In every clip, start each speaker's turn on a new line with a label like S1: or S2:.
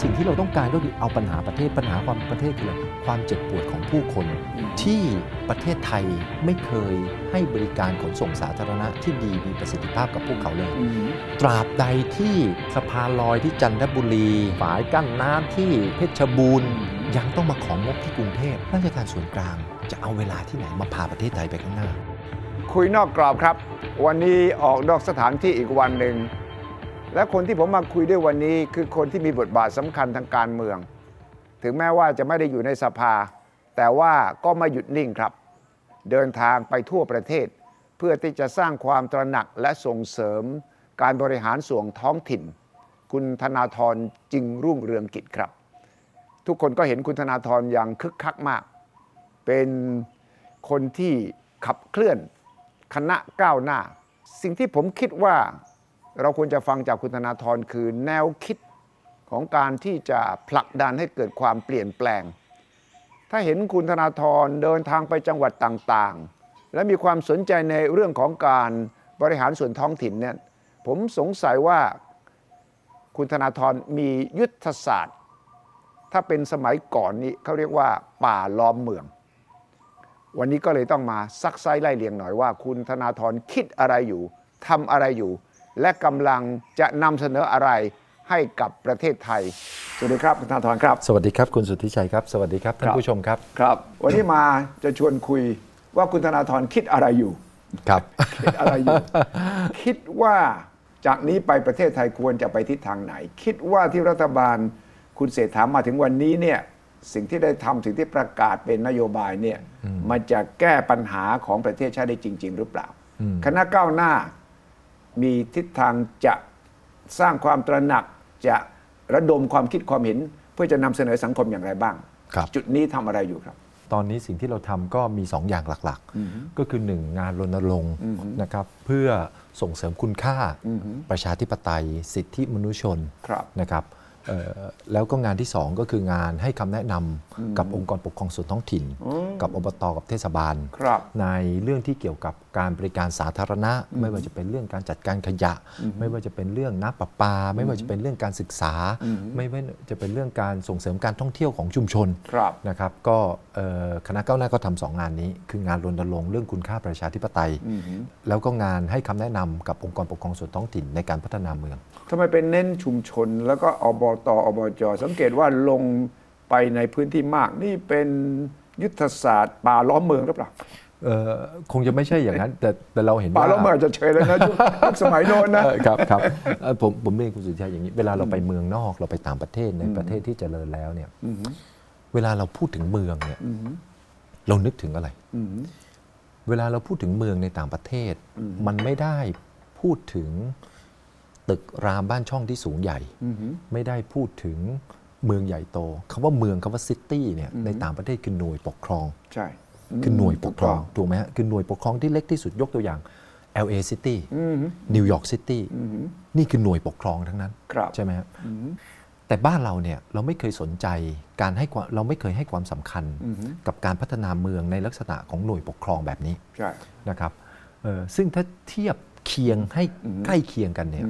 S1: สิ่งที่เราต้องการก็คือเอาปัญหาประเทศปัญหาความประเทศคืออะไรความเจ็บปวดของผู้คน ที่ประเทศไทยไม่เคยให้บริการขนส่งสาธารณะที่ดีมีประสิทธิภาพกับพวกเขาเลย ตราบใดที่สะพานลอยที่จันทบุรีฝายกั้นน้ำที่เพชรบูรณ์ ยังต้องมาของงบที่กรุงเทพราชการส่วนกลาง จะเอาเวลาที่ไหนมาพาประเทศไทยไปข้างหน้า
S2: คุยนอกกรอบครับ วันนี้ออกนอกสถานที่อีกวันหนึ่ง และคนที่ผมมาคุยด้วยวันนี้คือคนที่มีบทบาทสำคัญทางการเมือง ถึงแม้ว่าจะไม่ได้อยู่ในสภา แต่ว่าก็ไม่หยุดนิ่งครับ เดินทางไปทั่วประเทศ เพื่อที่จะสร้างความตระหนักและส่งเสริม การบริหารส่วนท้องถิ่น คุณธนาธรจึงรุ่งเรืองกิจครับ ทุกคนก็เห็นคุณธนาธรอย่างคึกคักมาก เป็นคนที่ขับเคลื่อนคณะก้าวหน้า สิ่งที่ผมคิดว่าเราควรจะฟังจากคุณธนาธรคือแนวคิดของการที่จะผลักดันให้เกิดความเปลี่ยนแปลง ถ้าเห็นคุณธนาธรเดินทางไปจังหวัดต่างๆ และมีความสนใจในเรื่องของการบริหารส่วนท้องถิ่นเนี่ยผมสงสัยว่าคุณธนาธรมียุทธศาสตร์ ถ้าเป็นสมัยก่อนนี้เขาเรียกว่าป่าล้อมเมือง วันนี้ก็เลยต้องมาซักไซไล่เลียงหน่อยว่า คุณธนาธรคิดอะไรอยู่ทำอะไรอยู่ และกำลังจะนำเสนออะไรให้กับประเทศไทย สวัสดีครับ คุณธนาธรครับ
S1: สวัสดีครับ คุณสุทธิชัยครับ สวัสดีครับท่านผู้ชมครับ
S2: ครับ วันนี้มาจะชวนคุยว่าคุณธนาธรคิดอะไรอยู่
S1: ครับ
S2: คิดอะไรอยู่ คิดว่าจากนี้ไปประเทศไทยควรจะไปทิศทางไหน คิดว่าที่รัฐบาลคุณเศรษฐามาถึงวันนี้เนี่ยสิ่งที่ได้ทำสิ่งที่ประกาศเป็นนโยบายเนี่ยมันจะแก้ปัญหาของประเทศชาติได้จริง ๆ หรือเปล่า คณะก้าวหน้ามีทิศทางจะสร้างความตระหนักจะระดมความคิดความเห็น เพื่อจะนำเสนอสังคมอย่างไรบ้าง
S1: ครับ
S2: จุดนี้ทำอะไรอยู่ครับ
S1: ตอนนี้สิ่งที่เราทำก็มี 2 อย่างหลักๆ ก็คือ 1 งานรณรงค์นะครับเพื่อส่งเสริมคุณค่าประชาธิปไตย สิทธิมนุษยชน
S2: ครับ
S1: นะครับเอ่อแล้วก็งานที่ 2 ก็คืองานให้คำแนะนำกับองค์กรปกครองส่วนท้องถิ่น กับอบตกับเทศบาล
S2: ครับ
S1: ในเรื่องที่เกี่ยวกับการบริการสาธารณะ ไม่ว่าจะเป็นเรื่องการจัดการขยะ ไม่ว่าจะเป็นเรื่องน้ำประปา ไม่ว่าจะเป็นเรื่องการศึกษา ไม่ว่าจะเป็นเรื่องการส่งเสริมการท่องเที่ยวของชุมชน
S2: ครับ
S1: นะครับก็เอ่อคณะก้าวหน้าก็ทำสองงานนี้ คืองานรณรงค์เรื่องคุณค่าประชาธิปไตย แล้วก็งานให้คำแนะนำกับองค์กรปกครองส่วนท้องถิ่นในการพัฒนาเมือง
S2: ทำไมเป็นเน้นชุมชนแล้วก็อบตอบจ สังเกตว่าลงไปในพื้นที่มาก นี่เป็นยุทธศาสตร์ป่าล้อมเมืองหรือเปล่า
S1: เอ่อคงจะไม่ใช่อย่างนั้น แต่แต่เราเห็น
S2: ป่า
S1: ว่า
S2: ล้อมเมืองอาจจะเฉยแล้วนะยุคยุคสมัยโน้นนะ
S1: เออครับครับเอ่อผมผมเรียนคุณสุทธิชัยอย่างนี้ เวลาเราไปเมืองนอกเราไปต่างประเทศในประเทศที่เจริญแล้วเนี่ยเวลาเราพูดถึงเมืองเนี่ยเรานึกถึงอะไรเวลาเราพูดถึงเมืองในต่างประเทศ มันไม่ได้พูดถึงตึกรามบ้านช่องที่สูงใหญ่ ไม่ได้พูดถึงเมืองใหญ่โตคำว่าเมืองคำว่าซิตี้เนี่ยในต่างประเทศคือหน่วยปกครอง
S2: ใช่
S1: คือหน่วยปกครองถูกไหมฮะคือหน่วยปกครองที่เล็กที่สุดยกตัวอย่าง LA City นิวยอร์กซิตี้นี่คือหน่วยปกครองทั้งนั้น
S2: ครับ
S1: ใช่ไหมครับแต่บ้านเราเนี่ยเราไม่เคยสนใจการให้ความเราไม่เคยให้ความสำคัญกับการพัฒนาเมืองในลักษณะของหน่วยปกครองแบบนี้
S2: ใช่
S1: นะครับเอ่อซึ่งถ้าเทียบเคียงให้ใกล้เคียงกันเนี่ย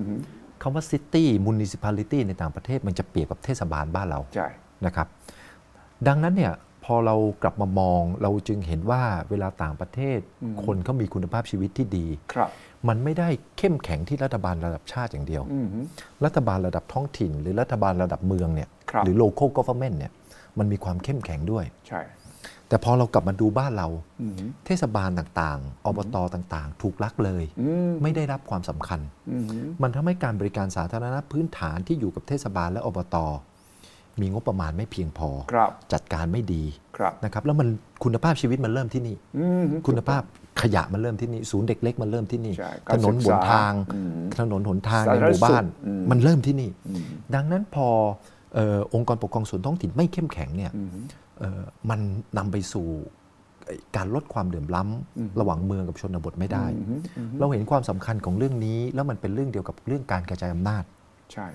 S1: คำว่าซิตี้มูนิสิพาลิตี้ในต่างประเทศมันจะเปรียบกับเทศบาลบ้านเรา
S2: ใช่
S1: นะครับดังนั้นเนี่ยพอเรากลับมามองเราจึงเห็นว่าเวลาต่างประเทศ คนเขามีคุณภาพชีวิตที่ดี
S2: ครับ
S1: มันไม่ได้เข้มแข็งที่รัฐบาลระดับชาติอย่างเดียว
S2: อือฮึ
S1: รัฐบาลระดับท้องถิ่น หรือรัฐบาลระดับเมืองเนี่ย
S2: ครับ
S1: หรือ local government เนี่ยมันมีความเข้มแข็งด้วย
S2: ใช่
S1: แต่พอเรากลับมาดูบ้านเรา เทศบาลต่างๆ อบตต่างๆ ถูกลักเลย ไม่ได้รับความสำคัญ
S2: อือฮึ
S1: มันทำให้การบริการสาธารณะพื้นฐานที่อยู่กับเทศบาลและอบต มีงบประมาณไม่เพียงพอ
S2: ครับ
S1: จัดการไม่ดี
S2: ครับ
S1: นะครับแล้วมันคุณภาพชีวิตมันเริ่มที่นี่
S2: อือฮึ
S1: คุณภาพขยะมันเริ่มที่นี่ ศูนย์เด็กเล็กมันเริ่มที่นี่
S2: ใช่การ
S1: ถนนห
S2: ศึ
S1: น
S2: กษา
S1: ทาง
S2: อืม
S1: ถนนหนทาง
S2: สา
S1: ใน
S2: ธารณ
S1: หมู่บ้าน
S2: สุขอืม
S1: มันเริ่มที่นี่ ดังนั้นพอเอ่อองค์กรปกครองส่วนท้องถิ่นไม่เข้มแข็งเนี่ยเอ่อมันนำไปสู่ ไอ้การลดความเดือดร้ำระหว่างเมืองกับชนบทไม่ได้ เราเห็นความสำคัญของเรื่องนี้ แล้วมันเป็นเรื่องเดียวกับเรื่องการกระจายอำนาจ
S2: ใช่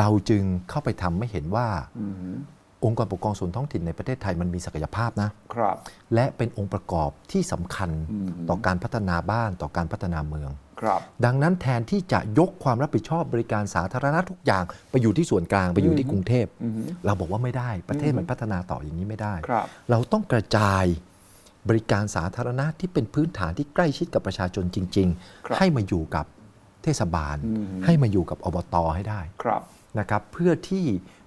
S1: เราจึงเข้าไปทำไม่เห็นว่า
S2: อือหือ
S1: องค์กรปกครองส่วนท้องถิ่นในประเทศไทยมันมีศักยภาพนะ
S2: ครับ
S1: และเป็นองค์ประกอบที่สำคัญ
S2: อืม
S1: ต่อการพัฒนาบ้านต่อการพัฒนาเมือง
S2: ครับ
S1: ดังนั้นแทนที่จะยกความรับผิดชอบบริการสาธารณะทุกอย่าง ไปอยู่ที่ส่วนกลางไปอยู่ที่กรุงเทพ
S2: อือหือ
S1: เราบอกว่าไม่ได้ประเทศมันพัฒนาต่ออย่างนี้ไม่ได้
S2: ครับ
S1: เราต้องกระจายบริการสาธารณะที่เป็นพื้นฐานที่ใกล้ชิดกับประชาชนจริง
S2: ครับ
S1: ๆ ให้มาอยู่กับเทศบาล
S2: อือหือ
S1: ให้มาอยู่กับอบตให้ได้
S2: ครับ
S1: นะครับ เพื่อที่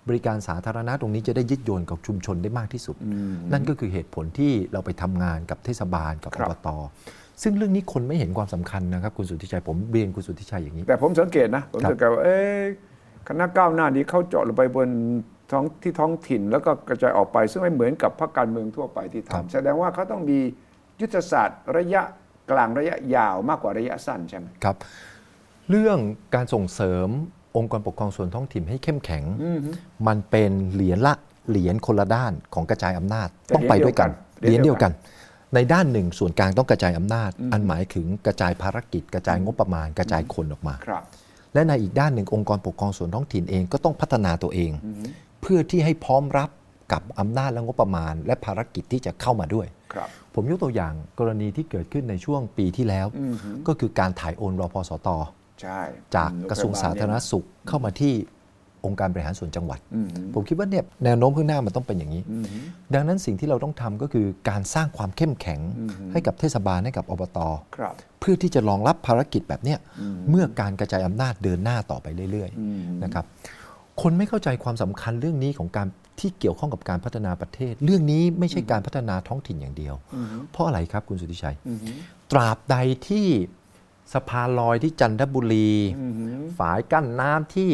S1: บริการสาธารณะตรงนี้จะได้ยึดโยงกับชุมชนได้มากที่สุด
S2: อืม
S1: นั่นก็คือเหตุผลที่เราไปทำงานกับเทศบาลกับ
S2: ครั
S1: อบ บตซึ่งเรื่องนี้คนไม่เห็นความสำคัญนะครับคุณสุทธิชัยผมเรียนคุณสุทธิชัยอย่างนี้
S2: แต่ผมสังเกตนะผมสังเกตว่าเอ๊ะคณะก้าวหน้านี้เขาเจาะลงไปบนท้องที่ท้องถิ่น แล้วก็กระจายออกไป ซึ่งไม่เหมือนกับพรรคการเมืองทั่วไปที่
S1: ครับ
S2: ทำแสดงว่าเขาต้องมียุทธศาสตร์ระยะกลางระยะยาวมากกว่าระยะสั้นใช่ไหม
S1: ครับเรื่องการส่งเสริมองค์กรปกครองส่วนท้องถิ่นให้เข้มแข็ง มันเป็นเหรียญละเหรียญคนละด้านของกระจายอำนาจ
S2: แต่
S1: ต้องไปด้วยกัน
S2: เห
S1: เห
S2: รี
S1: รีย
S2: ยญ
S1: ญ
S2: เดี
S1: เดีย
S2: ย
S1: ว ว
S2: กั
S1: กัน น ในด้านหนึ่งส่วนกลางต้องกระจายอำนาจ อันหมายถึงกระจายภารกิจ กระจายงบประมาณ กระจายคนออกมา
S2: ครับ
S1: และในอีกด้านหนึ่งองค์กรปกครองส่วนท้องถิ่นเองก็ต้องพัฒนาตัวเอง เพื่อที่ให้พร้อมรับกับอำนาจและงบประมาณ และภารกิจที่จะเข้ามาด้วย
S2: ครับ
S1: ผมยกตัวอย่างกรณีที่เกิดขึ้นในช่วงปีที่แล้ว
S2: อือหือ
S1: ก็คือการถ่ายโอนรอพอสต
S2: ใช่
S1: จากกระทรวงสาธารณสุขเข้ามาที่องค์การบริหารส่วนจังหวัด
S2: อืมอืม
S1: ผมคิดว่าเนี่ยแนวโน้มข้างหน้ามันต้องเป็นอย่างนี้
S2: อืม
S1: ดังนั้นสิ่งที่เราต้องทำก็คือการสร้างความเข้มแข็งให้กับเทศบาลให้กับอบต
S2: ครับ
S1: เพื่อที่จะรองรับภารกิจแบบเนี้ยเมื่อการกระจายอำนาจเดินหน้าต่อไปเรื่อย
S2: อืม
S1: ๆนะครับคนไม่เข้าใจความสำคัญเรื่องนี้ของการที่เกี่ยวข้องกับการพัฒนาประเทศ เรื่องนี้ไม่ใช่การพัฒนาท้องถิ่นอย่างเดียว เพราะอะไรครับคุณสุทธิชัย ตราบใดที่สะพานลอยที่จันทบุรี ฝายกั้นน้ำที่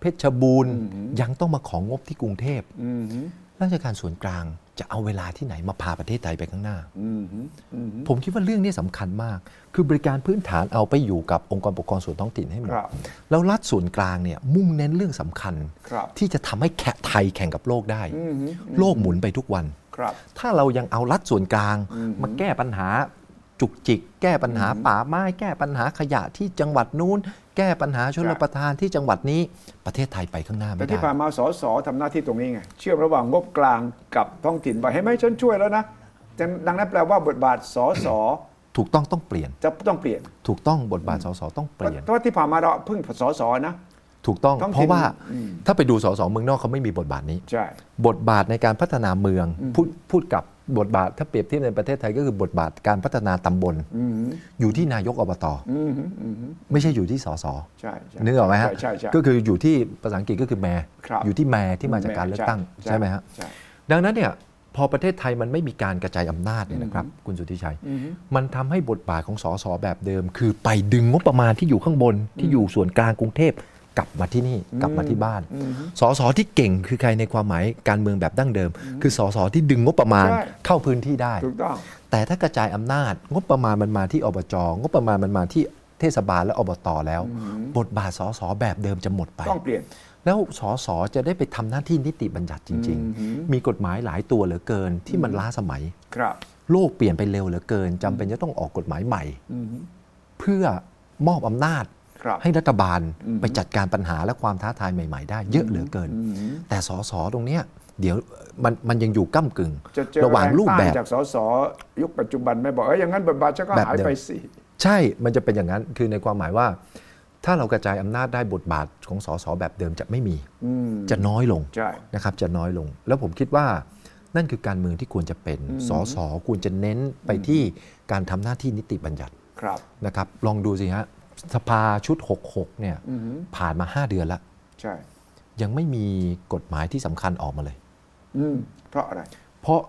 S1: เพชรบูรณ์ ยังต้องมาของงบที่กรุงเทพ
S2: อืมอืม
S1: ราชการส่วนกลางจะเอาเวลาที่ไหนมาพาประเทศไทยไปข้างหน้า
S2: อืมอืม
S1: ผมคิดว่าเรื่องนี้สำคัญมาก คือบริการพื้นฐานเอาไปอยู่กับองค์กรปกครองส่วนท้องถิ่นให้หม
S2: ค
S1: ด
S2: รับ
S1: แล้วรัฐส่วนกลางเนี่ยมุ่งเน้นเรื่องสำคัญ
S2: ครับ
S1: ที่จะทำให้แขะไทยแข่งกับโลกได้
S2: อืม
S1: โลกหมุนไปทุกวัน
S2: ครับ
S1: ถ้าเรายังเอารัฐส่วนกลาง
S2: อืม
S1: มาแก้ปัญหาจุกจิก แก้ปัญหาป่าไม้ แก้ปัญหาขยะที่จังหวัดนู้น แก้ปัญหาชล
S2: ครับ
S1: ประทานที่จังหวัดนี้ประเทศไทยไปข้างหน้า
S2: แต่
S1: ไม่ได้
S2: ที่ผ่านมาสสทำหน้าที่ตรงนี้ไง เชื่อมระหว่างงบกลางกับท้องถิ่นไปให้ไหมฉันช่วยแล้วนะดังดังนั้นแปลว่าบทบาทสส
S1: ถูกต้องต้องเปลี่ยน
S2: จะต้องเปลี่ยน
S1: ถูกต้องบทบาทสสต้องเปลี่ยน
S2: เพราะว่าที่ผ่านมาเราเพิ่งสสนะ
S1: ถูกต้อง
S2: ท้องถิ่น
S1: เพราะว่า
S2: อืม
S1: ถ้าไปดูสสเมืองนอกเขาไม่มีบทบาทนี้
S2: ใช่
S1: บทบาทในการพัฒนาเมืองพูดพูดกับบทบาทถ้าเปรียบเทียบในประเทศไทยก็คือบทบาทการพัฒนาตำบล
S2: อืม
S1: อยู่ที่นายกอบต
S2: อืมอืม
S1: ไม่ใช่อยู่ที่สส
S2: ใช่ใช่
S1: นึกออกไหมฮะ
S2: ใช่ใช่ใช่
S1: ก็คืออยู่ที่ภาษาอังกฤษก็คือแมร์
S2: ครับ
S1: อยู่ที่แมร์ที่มาจากการเลือกตั้ง
S2: ใช่
S1: ใช่ไหมฮะ
S2: ใช่
S1: ดังนั้นเนี่ยพอประเทศไทยมันไม่มีการกระจายอำนาจเนี่ยนะครับคุณสุทธิชัย มันทำให้บทบาทของสสแบบเดิม คือไปดึงงบประมาณที่อยู่ข้างบนที่อยู่ส่วนกลางกรุงเทพกลับมาที่นี่กลับมาที่บ้านสสที่เก่งคือใครในความหมายการเมืองแบบดั้งเดิม คือสสที่ดึงงบประมาณ
S2: ใช่
S1: เข้าพื้นที่ได้
S2: ถูกต้อง
S1: แต่ถ้ากระจายอำนาจงบประมาณมันมาที่อบจงบประมาณมันมาที่เทศบาลและอบตแล้ว บทบาทสสแบบเดิมจะหมดไป
S2: ต้องเปลี่ยน
S1: แล้วสสจะได้ไปทำหน้าที่นิติบัญญัติจริง
S2: อืม
S1: ๆ มีกฎหมายหลายตัวเหลือเกินที่มันล้าสมัย
S2: ครับ
S1: โลกเปลี่ยนไปเร็วเหลือเกินจำเป็นจะต้องออกกฎหมายใหม่
S2: อืม
S1: เพื่อมอบอำนาจ
S2: ครับ
S1: ให้รัฐบาลไปจัดการปัญหาและความท้าทายใหม่ ๆ ได้เยอะเหลือเกิน แต่สสตรงเนี้ยเดี๋ยวมันมันยังอยู่ก้ากึ่ง
S2: จะเจอ
S1: ระหว่างรูปแบบ
S2: ต้านจากสสยุคปัจจุบันไหม่บอกเอ้ยอย่างนั้นบทบาทฉันก็
S1: แบบ
S2: หาย
S1: เดิม
S2: ไปสิ
S1: ใช่ มันจะเป็นอย่างนั้น คือในความหมายว่า ถ้าเรากระจายอำนาจได้บทบาทของสสแบบเดิมจะไม่มี
S2: อืม
S1: จะน้อยลง
S2: ใช่
S1: นะครับ จะน้อยลง แล้วผมคิดว่านั่นคือการเมืองที่ควรจะเป็น สสควรจะเน้นไปที่การทำหน้าที่นิติบัญญัติ
S2: ครับ
S1: นะครับ ลองดูสิฮะ สภาชุด 66 เนี่ย
S2: อือหือ
S1: ผ่านมา 5 เดือนละ
S2: ใช่
S1: ยังไม่มีกฎหมายที่สำคัญออกมาเลย
S2: อืมเพราะอะไร
S1: เพราะ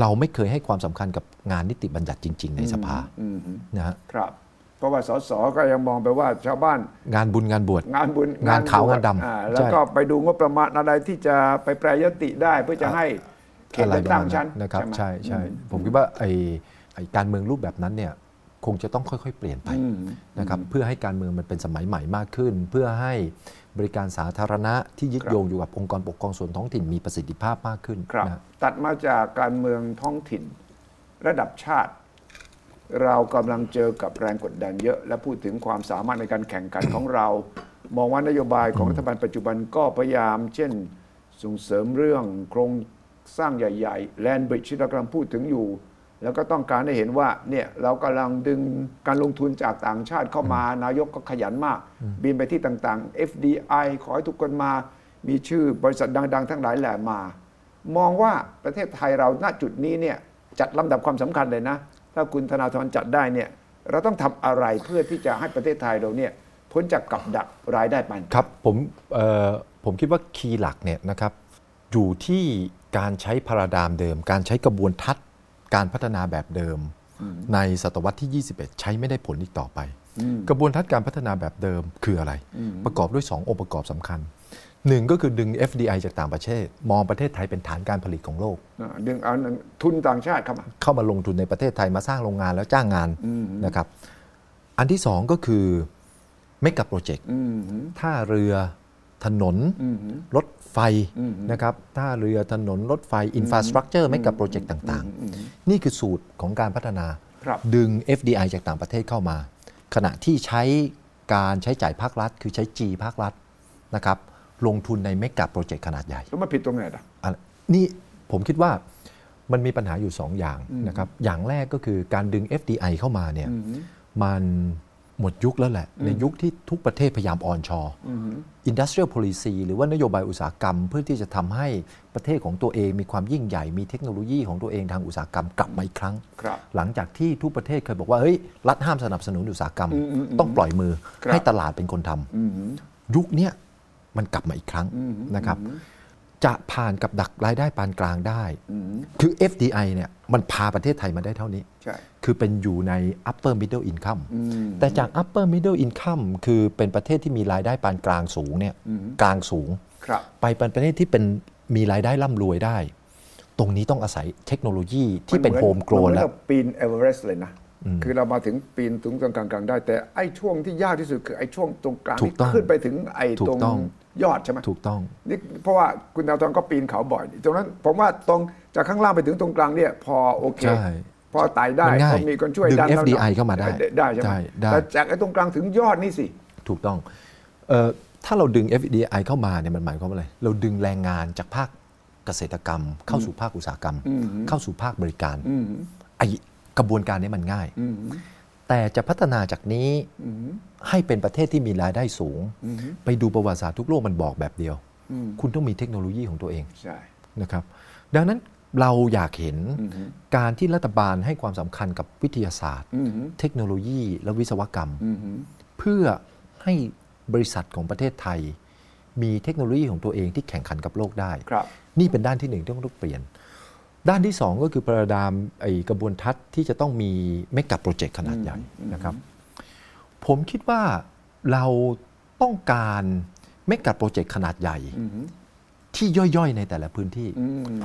S1: เราไม่เคยให้ความสำคัญกับงานนิติบัญญัติจริง ๆ ในสภา
S2: อืม
S1: นะฮะ
S2: ครับ เพราะว่าสสก็ยังมองไปว่าชาวบ้าน
S1: งานบุญงานบวช
S2: งานบุญ
S1: งานขาว
S2: บช
S1: งานดำ
S2: อ่
S1: ใช่
S2: แล้วก็ไปดูงบประมาณอะไรที่จะไปแปรยติได้เพื่อจะให้เขต
S1: อะไร
S2: เลือก
S1: ประ
S2: ตั้ง
S1: มาณ
S2: ชั้
S1: นั้น นนะครับ
S2: ไหม
S1: ใช่ใช่ผมคิดว่าไอ้ไอ้การเมืองรูปแบบนั้นเนี่ยคงจะต้องค่อยๆ เปลี่ยนไป
S2: อืม
S1: นะครับเพื่อให้การเมืองมันเป็นสมัยใหม่มากขึ้น เพื่อให้บริการสาธารณะที่ยึดโยงอยู่กับองค์กรปกครองส่วนท้องถิ่นมีประสิทธิภาพมากขึ้น
S2: ครับ
S1: นะ
S2: ตัดมาจากการเมืองท้องถิ่น ระดับชาติ เรากำลังเจอกับแรงกดดันเยอะ และพูดถึงความสามารถในการแข่งขันของเรา มองว่านโยบายของรัฐบาลปัจจุบันก็พยายาม เช่นส่งเสริมเรื่องโครงสร้างใหญ่ๆแลนบริดจ์ที่เรากำลังพูดถึงอยู่ แล้วก็ต้องการให้เห็นว่าเนี่ยเรากำลังดึงการลงทุนจากต่างชาติเข้ามา นายกก็ขยันมาก บินไปที่ต่างๆ FDI ขอให้ทุกคนมา มีชื่อบริษัทดัง ๆ ทั้งหลายแหล่มา มองว่าประเทศไทยเราณจุดนี้เนี่ยจัดลำดับความสำคัญเลยนะ ถ้าคุณธนาธรจัดได้เนี่ยเราต้องทำอะไรเพื่อที่จะให้ประเทศไทยเราเนี่ยพ้นจากกับดักรายได้ปานกลาง
S1: ครับผมเอ่อผมคิดว่าคีย์หลักเนี่ยนะครับอยู่ที่การใช้พาราดามเดิม การใช้กระบวนทัศน์การพัฒนาแบบเดิม ในศตวรรษที่ 21 ใช้ไม่ได้ผลอีกต่อไป กระบวนทัศน์การพัฒนาแบบเดิมคืออะไร ประกอบด้วย 2 องค์ประกอบสำคัญหนึ่งก็คือดึง FDI จากต่างประเทศ มองประเทศไทยเป็นฐานการผลิตของโลก
S2: อ่าดึงเอาทุนต่างชาติเข้ามา
S1: เข้ามาลงทุนในประเทศไทยมาสร้างโรงงานแล้วจ้างงานนะครับ อันที่สองก็คือเมกะโปรเจกต์ท่าเรือถนน รถไฟนะครับท่าเรือถนนรถไฟอินฟาสตรักเจอร์เมกะโปรเจกต์ต่างๆ นี่คือสูตรของการพัฒนา
S2: ครับ
S1: ดึง FDI จากต่างประเทศเข้ามา ขณะที่ใช้การใช้จ่ายภาครัฐ คือใช้ G ภาครัฐนะครับลงทุนในเมกะโปรเจกต์ขนาดใหญ่
S2: แล้วมาผิดตรงไหนล่ะ
S1: อะไรนี่ผมคิดว่ามันมีปัญหาอยู่ 2 อย่างนะครับ อย่างแรกก็คือการดึง FDI เข้ามาเนี่ยมันหมดยุคแล้วแหละ ในยุคที่ทุกประเทศพยายามออนชออินดัสเทรียล i c y หรือว่านโยบายอุตสาหกรรมเพื่อที่จะทำให้ประเทศของตัวเองมีความยิ่งใหญ่ มีเทคโนโลยีของตัวเองทางอุตสาหกรรมกลับมาอีกครั้ง
S2: ครับ
S1: หลังจากที่ทุกประเทศเคยบอกว่าเฮ้ยรัฐห้ามสนับสนุนอุตสาหกรรม ต้องปล่อยมือให้ตลาดเป็นคนทำยุคเนี้ยมันกลับมาอีกครั้งนะครับ จะผ่านกับดักรายได้ปานกลางได้ คือ FDI เนี่ยมันพาประเทศไทยมาได้เท่านี้
S2: ใช่
S1: คือเป็นอยู่ใน upper middle income แต่จาก upper middle income คือเป็นประเทศที่มีรายได้ปานกลางสูงเนี่ยกลางสูง
S2: ครับ
S1: ไปเป็นประเทศที่เป็นมีรายได้ร่ำรวยได้ ตรงนี้ต้องอาศัยเทคโนโลยีที่เป็นโฮมโกล
S2: น
S1: น
S2: เหมือน
S1: แล้ว
S2: กับปีนเอเวอเรสต์เลยนะ คือเรามาถึงปีนถึงตรงกลางๆได้ แต่ไอ้ช่วงที่ยากที่สุดคือไอ้ช่วงตรงกลาง
S1: ถูกต้อง
S2: ที่ขึ้นไปถึงไอ้
S1: ถู
S2: ตร
S1: ก
S2: ง
S1: ต้อง
S2: ยอดใช่ไหม
S1: ถูกต้อง
S2: นี่เพราะว่าคุณดาวตอนก็ปีนเขาบ่อยนี่ตรงนั้นผมว่าตรงจากข้างล่างไปถึงตรงกลางเนี่ยพอโอเค
S1: ใช่
S2: พอไต่ได้
S1: มันง่าย
S2: พอมีคนช่วย
S1: ดึง
S2: ดันเราหน่อย
S1: FDI เข้ามาได้
S2: ได้ใช่ไหม
S1: ได้ได้
S2: แต่จากไอ้ตรงกลางถึงยอดนี่สิ
S1: ถูกต้องเออถ้าเราดึง FDI เข้ามาเนี่ยมันหมายความว่าอะไร เราดึงแรงงานจากภาคเกษตรกรรม เข้าสู่ภาคอุตสาหกรรม เข้าสู่ภาคบริการไอกระบวนการเนี้มันง่าย แต่จะพัฒนาจากนี้ให้เป็นประเทศที่มีรายได้สูง ไปดูประวัติศาสตร์ทุกโลกมันบอกแบบเดียว คุณต้องมีเทคโนโลยีของตัวเอง
S2: ใช่
S1: นะครับดังนั้นเราอยากเห็นการที่รัฐบาลให้ความสำคัญกับวิทยาศาสตร์ เทคโนโลยีและวิศวกรรม เพื่อให้บริษัทของประเทศไทย มีเทคโนโลยีของตัวเองที่แข่งขันกับโลกได้
S2: ครับ
S1: นี่เป็นด้านที่หนึ่งที่ต้องเปลี่ยน ด้านที่สองก็คือประดามไอกระบวนทัศน์ที่จะต้องมีเมกะโปรเจกต์ขนาดใหญ่นะครับ ผมคิดว่าเราต้องการเมกะโปรเจกต์ขนาดใหญ่ ที่ย่อยๆ ในแต่ละพื้นที่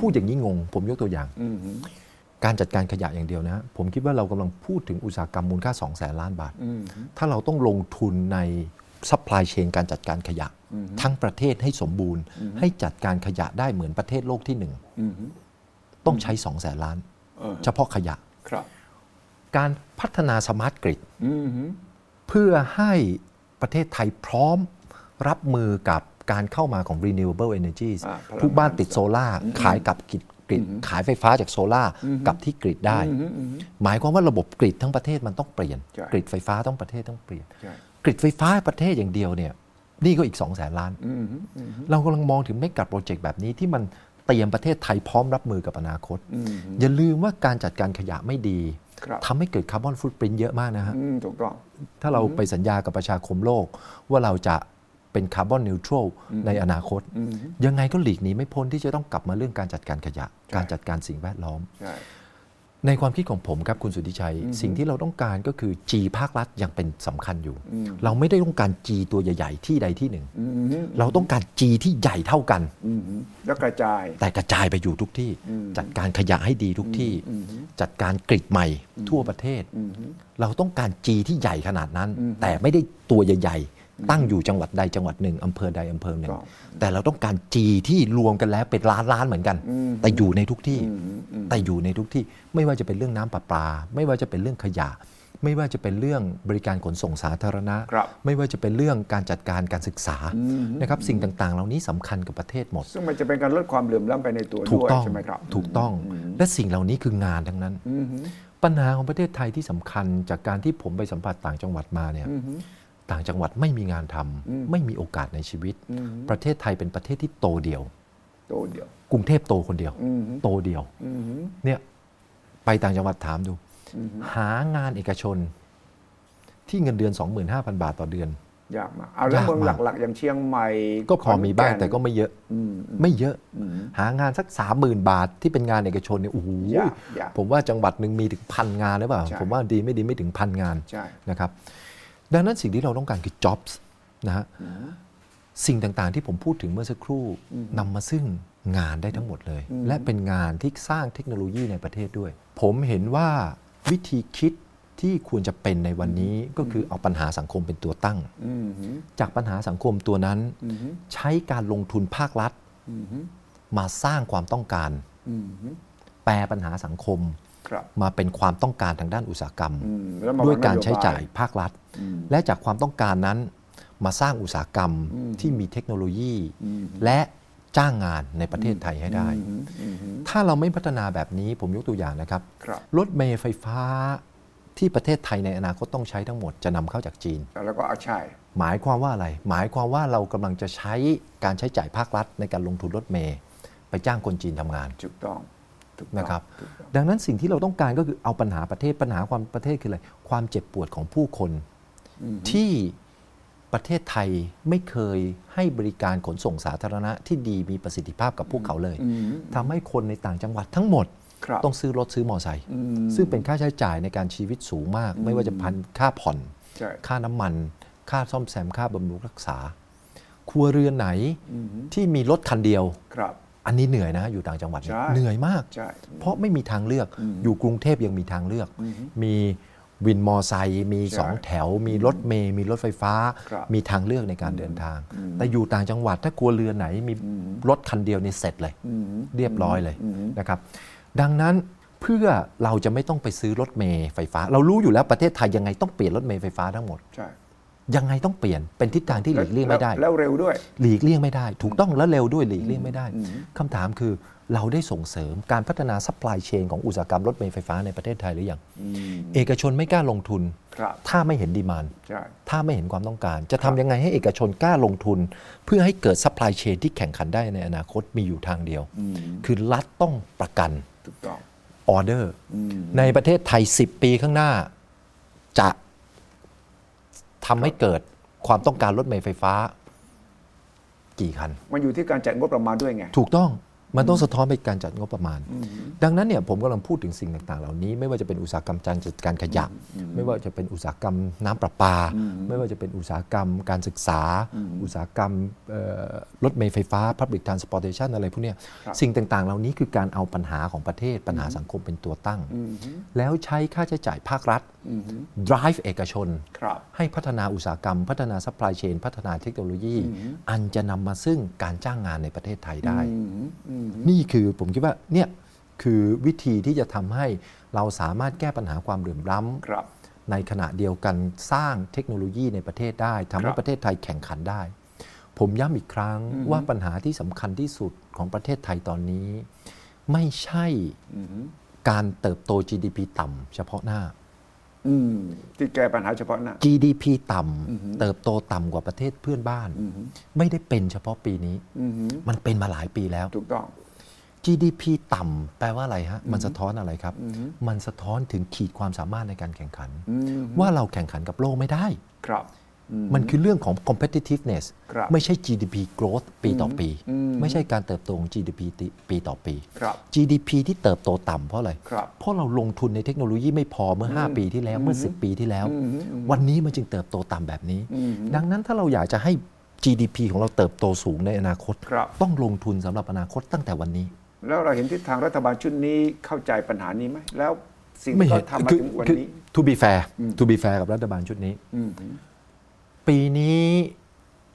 S1: พูดอย่างนี้งง ผมยกตัวอย่าง การจัดการขยะอย่างเดียวนะ ผมคิดว่าเรากำลังพูดถึงอุตสาหกรรมมูลค่า 2 0 0แสนล้านบาท ถ้าเราต้องลงทุนในซัพพลายเชนการจัดการขยะ ทั้งประเทศให้สมบูรณ์ ให้จัดการขยะได้เหมือนประเทศโลกที่หนึ่งต้องใช้ 2 0 0แสนล้าน
S2: เออ
S1: เฉพาะขยะ
S2: ครับ
S1: การพัฒนาสมาร์ทกริดเพื่อให้ประเทศไทยพร้อมรับมือกับการเข้ามาของ renewable energy
S2: อ่าพลัง
S1: ทุกบ้านติดโซล่าร์ขายกับกริดกริดขายไฟฟ้าจากโซล่าร์กับที่กริดได้ หมายความว่าระบบกริดทั้งประเทศมันต้องเปลี่ยน
S2: ใช่
S1: กริดไฟฟ้าต้องประเทศต้องเปลี่ยน
S2: ใช่
S1: กริดไฟฟ้าประเทศอย่างเดียวเนี่ยนี่ก็อีก2องแสนล้าน เรากำลังมองถึงเมกะโปรเจกต์แบบนี้ที่มันเตรียมประเทศไทยพร้อมรับมือกับอนาคต อย่าลืมว่าการจัดการขยะไม่ดี
S2: ครับ
S1: ทำให้เกิดคาร์บอนฟุตปรินต์เยอะมากนะฮะ
S2: อืมถูกต้อง
S1: ถ้าเราไปสัญญากับประชาคมโลก ว่าเราจะเป็นคาร์บอนนิวทรัลในอนาคต ยังไงก็หลีกหนีไม่พ้นที่จะต้องกลับมาเรื่องการจัดการขยะ การจัดการสิ่งแวดล้อม
S2: ใช่
S1: ในความคิดของผมครับคุณสุทธิชัย สิ่งที่เราต้องการก็คือ G ภาครัฐยังเป็นสำคัญอยู่ เราไม่ได้ต้องการ G ตัวใหญ่ๆ ที่ใดที่หนึ่ง เราต้องการ G ที่ใหญ่เท่ากัน
S2: อืมแล้วกระจาย
S1: แต่กระจายไปอยู่ทุกที่ จัดการขยะให้ดีทุกที่ จัดการกริดใหม่ทั่วประเทศ เราต้องการ G ที่ใหญ่ขนาดนั้น แต่ไม่ได้ตัวใหญ่ ๆ ตั้งอยู่จังหวัดใดจังหวัดหนึ่งอำเภอใดอำเภอหนึ่
S2: ค
S1: ง
S2: รับ
S1: แต่เราต้องการจีที่รวมกันแล้วเป็นล้านล้านๆเหมือนกัน แต่อยู่ในทุกที่ แต่อยู่ในทุกที่ไม่ว่าจะเป็นเรื่องน้ำประปา ไม่ว่าจะเป็นเรื่องขยะ ไม่ว่าจะเป็นเรื่องบริการขนส่งสาธารณะ
S2: ครับ
S1: ไม่ว่าจะเป็นเรื่องการจัดการการศึกษานะครับสิ่งต่างๆ เหล่านี้สำคัญกับประเทศหมด
S2: ซึ่งมันจะเป็นการลดความเหลื่อมล้ำไปในตัว
S1: ถูก
S2: ด้วย
S1: ต้อง
S2: ใช่ไหมครับ
S1: ถูกต้องและสิ่งเหล่านี้คืองานทั้งนั้น ปัญหาของประเทศไทยที่สำคัญจากการที่ผมไปสัมผัสต่างจังหวัดมาเนี่ยต่างจังหวัดไม่มีงานทำไม่มีโอกาสในชีวิต ประเทศไทยเป็นประเทศที่โตเดียว
S2: ตัวเดียว
S1: กรุงเทพโตคนเดียว
S2: อือฮึ
S1: โตเดียว
S2: อือหือ
S1: เนี่ยไปต่างจังหวัดถามดู หางานเอกชน ที่เงินเดือน 25,000 บาทต่อเดือน
S2: ยากมากเอาแล้
S1: ยา
S2: ว
S1: ก
S2: เมือง
S1: มาก
S2: หลักๆ อย่างเชียงใหม่
S1: ก็พอมีบ้าง
S2: ขนน
S1: แต่ก็ไม่เยอะ
S2: อืม
S1: ไม่เยอะ
S2: อืม
S1: หางานสักสามหมื่นบาทที่เป็นงานเอกชนเนี่ยโอ้โห
S2: ยากยาก
S1: ผมว่าจังหวัดหนึ่งมีถึงพันงานหรือเปล่า
S2: ใช่
S1: ผมว่าดีไม่ดีไม่ถึงพันงาน
S2: ใช่
S1: นะครับดังนั้นสิ่งที่เราต้องการคือ jobs นะฮะสิ่งต่างๆที่ผมพูดถึงเมื่อสักครู่นำมาซึ่งงานได้ทั้งหมดเลย และเป็นงานที่สร้างเทคโนโลยีในประเทศด้วย ผมเห็นว่าวิธีคิดที่ควรจะเป็นในวันนี้ก็คือเอาปัญหาสังคมเป็นตัวตั้ง
S2: อืมหือ
S1: จากปัญหาสังคมตัวนั้น
S2: อืมหือ
S1: ใช้การลงทุนภาครัฐ
S2: อืมหือ
S1: มาสร้างความต้องการ
S2: อืมหือ
S1: แปลปัญหาสังคม
S2: ครับ
S1: มาเป็นความต้องการทางด้านอุตสาหกรรม
S2: อืมแล้วม
S1: ด้วย
S2: ง
S1: การ
S2: นโ
S1: ใช้จ่ายภาครัฐ
S2: อืม
S1: และจากความต้องการนั้น มาสร้างอุตสาหกรรมที่มีเทคโนโลยี และจ้างงานในประเทศไทยให้ได้
S2: อืมหืออืมหือ
S1: ถ้าเราไม่พัฒนาแบบนี้ผมยกตัวอย่างนะครับ
S2: ครับ
S1: รถเมล์ไฟฟ้าที่ประเทศไทยในอนาคตต้องใช้ทั้งหมดจะนำเข้าจากจีน
S2: แล้วก็เอาใช่
S1: หมายความว่าอะไร หมายความว่าเรากำลังจะใช้การใช้จ่ายภาครัฐ ในการลงทุนรถเมล์ไปจ้างคนจีนทำงาน
S2: ถูกต้องถูกต้อง
S1: นะครับ
S2: ถูกต้อง
S1: ดังนั้นสิ่งที่เราต้องการก็คือเอาปัญหาประเทศปัญหาความประเทศคืออะไรความเจ็บปวดของผู้คน ที่ประเทศไทยไม่เคยให้บริการขนส่งสาธารณะที่ดีมีประสิทธิภาพกับพวกเขาเลย
S2: อืม
S1: ทำให้คนในต่างจังหวัดทั้งหมด
S2: ครับ
S1: ต้องซื้อรถซื้อมอไซค์
S2: อืม
S1: ซึ่งเป็นค่าใช้จ่ายในการชีวิตสูงมาก ไม่ว่าจะพันค่าผ่อน
S2: ใช่
S1: ค่าน้ำมัน ค่าซ่อมแซมค่าบำรุงรักษา ครัวเรือนไหนที่มีรถคันเดียว
S2: ครับ
S1: อันนี้เหนื่อยนะอยู่ต่างจังหวัดเนี่ย
S2: ใช่
S1: เหนื่อยมาก
S2: ใช่
S1: เพราะไม่มีทางเลือก อยู่กรุงเทพยังมีทางเลือก มีวินมอไซค์มี
S2: ใช่
S1: สองแถว มีรถเมย์มีรถไฟฟ้า
S2: ครับ
S1: มีทางเลือกในการเดินทาง แต่อยู่ต่างจังหวัดถ้ากลัวเรือไหนมีรถคันเดียวนี่เสร็จเลย
S2: อืมหือ
S1: เรียบร้อยเลย
S2: อืม
S1: นะครับ ดังนั้นเพื่อเราจะไม่ต้องไปซื้อรถเมย์ไฟฟ้า เรารู้อยู่แล้วประเทศไทยยังไงต้องเปลี่ยนรถเมย์ไฟฟ้าทั้งหมด
S2: ใช่
S1: ยังไงต้องเปลี่ยนเป็นทิศทางที่หลีกเลี่ยงไม่ได้
S2: แล้วแล้วเร็วด้วย
S1: หลีกเลี่ยงไม่ได้ ถูกต้องและเร็วด้วยหลีกเลี่ยงไม่ได้คำถามคือเราได้ส่งเสริมการพัฒนาซัพพลายเชนของอุตสาหกรรมรถเมล์ไฟฟ้าในประเทศไทยหรือยังเอกชนไม่กล้าลงทุน
S2: ครับ
S1: ถ้าไม่เห็นดีมาน
S2: ใช่
S1: ถ้าไม่เห็นความต้องการ จะทำยังไงให้เอกชนกล้าลงทุน เพื่อให้เกิดซัพพลายเชนที่แข่งขันได้ในอนาคตมีอยู่ทางเดียว คือรัฐต้องประกัน
S2: ถูกต้อง
S1: ออเดอร์ในประเทศไทย 10 ปีข้างหน้าจะทำให้เกิดความต้องการรถเมล์ไฟฟ้า กี่คัน
S2: มันอยู่ที่การจัดงบประมาณด้วยไง
S1: ถูกต้องมันต้องสะท้อนไปการจัดงบประมาณ ดังนั้นเนี่ยผมกำลังพูดถึงสิ่งต่างๆ เหล่านี้ ไม่ว่าจะเป็นอุตสาหกรรมการจัดการขยะ ไม่ว่าจะเป็นอุตสาหกรรมน้ำประปา ไม่ว่าจะเป็นอุตสาหกรรมการศึกษา อุตสาหกรรมเอ่อรถเมล์ไฟฟ้า Public Transportation อะไรพวกเนี้ย
S2: ครับ
S1: สิ่งต่างๆ เหล่านี้คือการเอาปัญหาของประเทศปัญหาสังคมเป็นตัวตั้ง แล้วใช้ค่าใช้จ่ายภาครัฐ drive เอกชน
S2: ครับ
S1: ให้พัฒนาอุตสาหกรรม พัฒนาซัพพลายเชน พัฒนาเทคโนโลยี อันจะนำมาซึ่งการจ้างงานในประเทศไทยได้ นี่คือผมคิดว่าเนี่ยคือวิธีที่จะทำให้เราสามารถแก้ปัญหาความเหลื่อมล้ำ
S2: ครับ
S1: ในขณะเดียวกันสร้างเทคโนโลยีในประเทศได้ทำ
S2: ครั
S1: ให้
S2: บ
S1: ประเทศไทยแข่งขันได้ ผมย้ำอีกครั้งว่าปัญหาที่สำคัญที่สุดของประเทศไทยตอนนี้ ไม่ใช่การเติบโต GDP ต่ำเฉพาะหน้า
S2: อืมที่แก้ปัญหาเฉพาะหน้า
S1: GDP ต่ำเติบโตต่ำกว่าประเทศเพื่อนบ้าน ไม่ได้เป็นเฉพาะปีนี้
S2: อือหือ
S1: มันเป็นมาหลายปีแล้ว
S2: ถูกต้อง
S1: GDP ต่ำแปลว่าอะไรฮะ มันสะท้อนอะไรครับ มันสะท้อนถึงขีดความสามารถในการแข่งขัน ว่าเราแข่งขันกับโลกไม่ได้
S2: ครับ
S1: มันคือเรื่องของ competitiveness
S2: ครับ
S1: ไม่ใช่ GDP growth ปีต่อปี ไม่ใช่การเติบโตของ GDP ติปีต่อปี
S2: ครับ
S1: GDP ที่เติบโตต่ำเพราะอะไร
S2: ครับ
S1: เพราะเราลงทุนในเทคโนโลยีไม่พอเมื่อ 5 ปีที่แล้วเมื่อ 10 ปีที่แล้ว วันนี้มันจึงเติบโตต่ำแบบนี้ ดังนั้นถ้าเราอยากจะให้ GDP ของเราเติบโตสูงในอนาคต
S2: ครับ
S1: ต้องลงทุนสำหรับอนาคตตั้งแต่วันนี้
S2: แล้วเราเห็นทิศทางรัฐบาลชุดนี้เข้าใจปัญหานี้ไหม แล้วสิ่ง
S1: ไม่
S2: ที่
S1: เห็
S2: เขา
S1: น
S2: ทำมา
S1: คือ
S2: ถึงวัน
S1: คือ
S2: นี้
S1: to be fair to be fair กับรัฐบาลชุดนี้ ปีนี้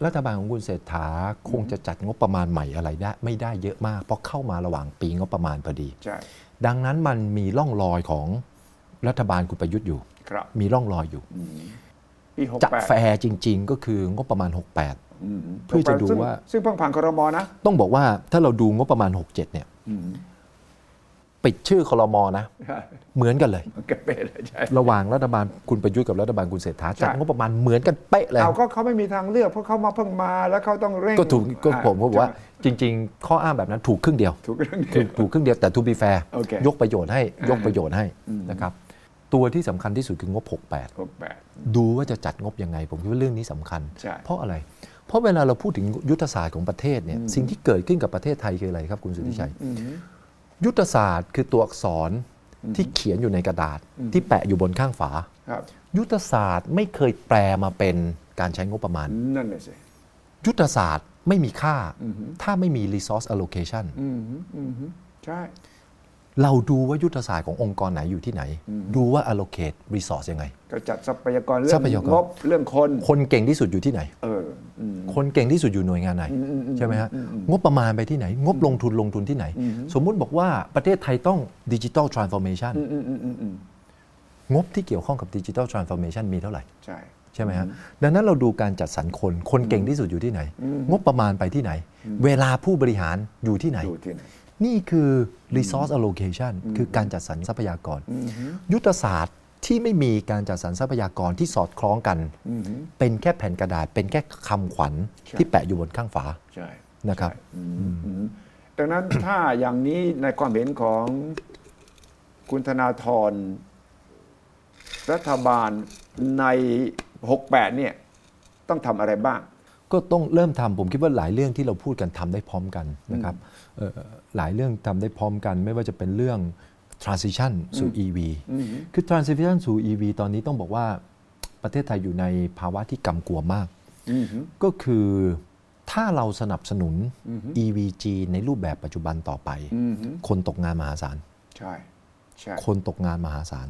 S1: รัฐบาลของคุณเศรษฐาคงจะจัดงบประมาณใหม่อะไรได้ไม่ได้เยอะมาก เพราะเข้ามาระหว่างปีงบประมาณพอดี
S2: ใช่
S1: ดังนั้นมันมีร่องรอยของรัฐบาลคุณประยุทธ์อยู่
S2: ครับ
S1: มีร่องรอยอยู่
S2: ปีหก
S1: จะ
S2: แปด
S1: แฟร์จริง ๆ ก็คืองบประมาณ 68 เพื่อจะดูว่า
S2: ซึ่งเพิ่งผ่านครมนะ
S1: ต้องบอกว่าถ้าเราดูงบประมาณ 67 เนี่ยปิดชื่อคลมอนะ
S2: ใช่
S1: เหมือนกันเลย
S2: มันก็เป็นเลยใช่
S1: ระหว่างรัฐบาลคุณประยุทธ์กับรัฐบาลคุณเศรษฐาจัด
S2: ใช่
S1: งบประมาณเหมือนกันเป๊ะเลย
S2: เอาก็เขาไม่มีทางเลือกเพราะเขามาเพิ่งมาแล้วเขาต้องเร่ง
S1: ก็ถูกก็
S2: อ่ะ
S1: ผมก็บอกว่าจริง ๆ ข้ออ้างแบบนั้นถูกครึ่งเดียว
S2: ถูกเรื่อง
S1: ถู
S2: เดี
S1: ก
S2: ยว
S1: ถูกครึ่งเดียวแต่ทูบีแฟร์
S2: โอเค
S1: ยกประโยชน์ให้ยกประโยชน์ให้นะครับตัวที่สำคัญที่สุดคืองบ
S2: หกแปด
S1: 68 ดูว่าจะจัดงบยังไง ผมคิดว่าเรื่องนี้สำคัญ
S2: ใช่
S1: เพราะอะไร เพราะเวลาเราพูดถึงยุทธศาสตร์ของประเทศเนี่ยสิ่งที่เกิดขึ้นกับประเทศไทยคืออะไรครับคุณสุทธิชัย ยุทธศาสตร์คือตัวอักษรที่เขียนอยู่ในกระดาษที่แปะอยู่บนข้างฝา
S2: ครับ
S1: ยุทธศาสตร์ไม่เคยแปลมาเป็นการใช้งบประมาณ
S2: นั่นเลยสิ
S1: ยุทธศาสตร์ไม่มีค่า ถ้าไม่มี resource allocation
S2: อืมฮึอืมฮึใช่
S1: เราดูว่ายุทธศาสตร์ขององค์กรไหนอยู่ที่ไหน ดูว่า allocate resource ยังไง
S2: ก็จัดทรัพยากรเรื่
S1: ทรั
S2: อง
S1: พยากร
S2: งบเรื่องคน
S1: คนเก่งที่สุดอยู่ที่ไหน
S2: เอออืม
S1: คนเก่งที่สุดอยู่หน่วยงานไหน ใช่ไหมฮะ งบประมาณไปที่ไหน งบลงทุนลงทุนที่ไหน สมมุติบอกว่าประเทศไทยต้องดิจิ t a ลทราน s f o r m a t i o n
S2: อืมอืมอืมอืม
S1: งบที่เกี่ยวข้องกับดิจิ t a ลทราน s f o r m a t i o n มีเท่าไหร่
S2: ใช่
S1: ใช่ไหมฮะดังนั้นเราดูการจัดสรรคน คนเก่งที่สุดอยู่ที่ไหน งบประมาณไปที่ไหน เวลาผู้บริหารอยู่ที่ไหน
S2: อยู่ที่ไหน
S1: นี่คือ resource allocation คือการจัดสรรทรัพยากร ยุทธศาสตร์ที่ไม่มีการจัดสรรทรัพยากรที่สอดคล้องกัน เป็นแค่แผ่นกระดาษ เป็นแค่คำขวัญ
S2: ใช่
S1: ที่แปะอยู่บนข้างฝา
S2: ใช่
S1: นะครับ
S2: ดังนั้น ถ้าอย่างนี้ในความเห็นของคุณธนาธรรัฐบาลใน 68 เนี่ย ต้องทำอะไรบ้าง
S1: ก็ต้องเริ่มทำผมคิดว่าหลายเรื่องที่เราพูดกันทำได้พร้อมกันนะครับเอ่อหลายเรื่องทำได้พร้อมกัน ไม่ว่าจะเป็นเรื่อง transition สู่ EV คือ transition สู่ EV ตอนนี้ต้องบอกว่าประเทศไทยอยู่ในภาวะที่กำกวมมาก ก็คือถ้าเราสนับสนุน EV จีนในรูปแบบปัจจุบันต่อไป คนตกงานมหาศาล
S2: ใช่ ใช่
S1: คนตกงานมหาศาล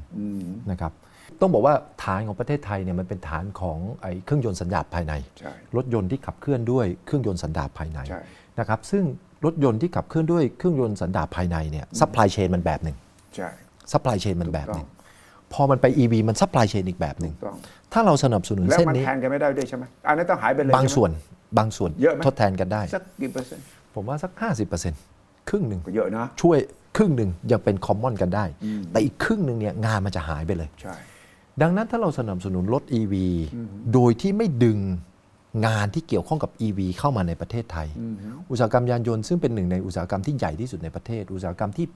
S1: นะครับ ต้องบอกว่าฐานของประเทศไทยเนี่ยมันเป็นฐานของไอ้เครื่องยนต์สันดาปภายใน
S2: ใช่
S1: รถยนต์ที่ขับเคลื่อนด้วยเครื่องยนต์สันดาปภายใน
S2: ใช่
S1: นะครับ ซึ่งรถยนต์ที่ขับเคลื่อนด้วยเครื่องยนต์สันดาปภายในเนี่ยซัพพลายเชนมันแบบหนึ่ง
S2: ใช่
S1: ซัพพลายเชนมันแบบหนึ่งพอมันไป EV มันซัพพลายเชนอีกแบบหนึ่ง
S2: ถูกต้อง
S1: ถ้าเราสนับสนุน
S2: แล้ว
S1: เส้น
S2: มัน
S1: นี้
S2: แทนกันไม่ได้ด้วยใช่ไหมอันนี้นต้องหายไปเลย
S1: บาง
S2: ใช่ไหม
S1: ส่วนบางส่วน
S2: เยอะไหม
S1: ทดแทนกันได้
S2: สักกี่เปอร์เซ็นต์
S1: ผมว่าสัก 50%ครึ่งหนึ่ง
S2: ก็เยอะนะ
S1: ช่วยครึ่งหนึ่งยังเป็นคอมมอนกันได้ แต่อีกครึ่งหนึ่งเนี่ยงานมันจะหายไปเลย
S2: ใช่
S1: ดังนั้นถ้าเราสนับสนุนรถ EV โดยที่ไม่ดึงงานที่เกี่ยวข้องกับ EV เข้ามาในประเทศไทย อุตสาหกรรมยานยนต์ซึ่งเป็นหนึ่งในอุตสาหกรรมที่ใหญ่ที่สุดในประเทศ อุตสาหกรรมที่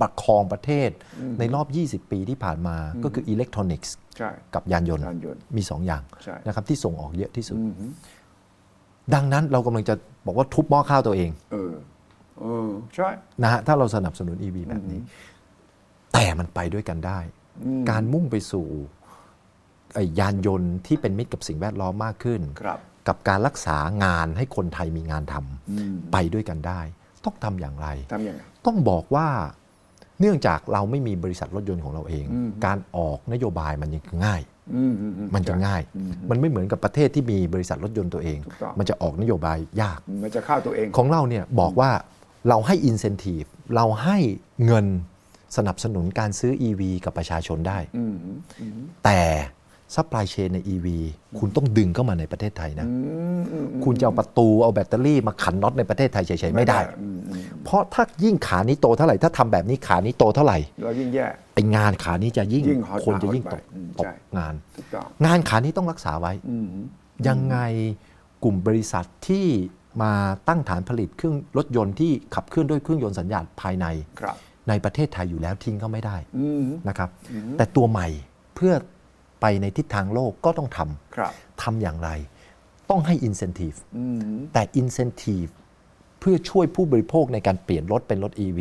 S1: ประคองประเทศในรอบ 20 ปีที่ผ่านมาก็คืออิเล็กทรอนิกส์
S2: ใช่
S1: กับยานยนต์
S2: ยานยนต์
S1: มี 2 อย่าง
S2: ใช่
S1: นะครับที่ส่งออกเยอะที่สุด ดังนั้นเรากำลังจะบอกว่าทุบหม้อข้าวตัวเอง
S2: เออ เออ ใช่
S1: นะฮะถ้าเราสนับสนุน EV แบบนี้ แต่มันไปด้วยกันได้ การมุ่งไปสู่ไอ้ยานยนต์ที่เป็นมิตรกับสิ่งแวดล้อมมากขึ้น
S2: ครับ
S1: กับการรักษางานให้คนไทยมีงานทำไปด้วยกันได้ ต้องทำอย่างไร
S2: ทำยังไง
S1: ต้องบอกว่าเนื่องจากเราไม่มีบริษัทรถยนต์ของเราเอง การออกนโยบายมันยังง่าย
S2: อืมอืมอืม
S1: มันจะง่าย มันไม่เหมือนกับประเทศที่มีบริษัทรถยนต์ตัวเอง
S2: ถูกต้อง
S1: มันจะออกนโยบายยาก
S2: มันจะฆ่าตัวเอง
S1: ของเราเนี่ยบอกว่าเราให้อินเซนティブเราให้เงินสนับสนุนการซื้อ EV กับประชาชนได้
S2: อืมอืม
S1: แต่ซัพพลายเชนใน EV คุณต้องดึงเข้ามาในประเทศไทยนะ
S2: อืม
S1: คุณจะเอาประตูเอาแบตเตอรี่มาขันน็อตในประเทศไทยเฉยๆไม่ได้
S2: อืมอืม
S1: เพราะถ้ายิ่งขานี้โตเท่าไหร่ ถ้าทำแบบนี้ขานี้โตเท่าไหร่
S2: เรายิ่งแย่
S1: ไองานขานี้จะยิ่
S2: ยิ่ง hot
S1: คนจะยิ่งตก
S2: ไปอืม
S1: ตก
S2: ใช่
S1: งาน
S2: ถูกต้อง
S1: งานขานี้ต้องรักษาไว้
S2: อืม
S1: ยังไงกลุ่มบริษัทที่มาตั้งฐานผลิตเครื่องรถยนต์ที่ขับเคลื่อนด้วยเครื่องยนต์สัญญาณภายใน
S2: ครับ
S1: ในประเทศไทยอยู่แล้วทิ้งเขาไม่ได้
S2: อืม
S1: นะครับ แต่ตัวใหม่เพื่อไปในทิศทางโลกก็ต้องท
S2: ครับ
S1: ำทำอย่างไร ต้องให้ incentive
S2: อืม
S1: แต่ incentive เพื่อช่วยผู้บริโภคในการเปลี่ยนรถเป็นรถ EV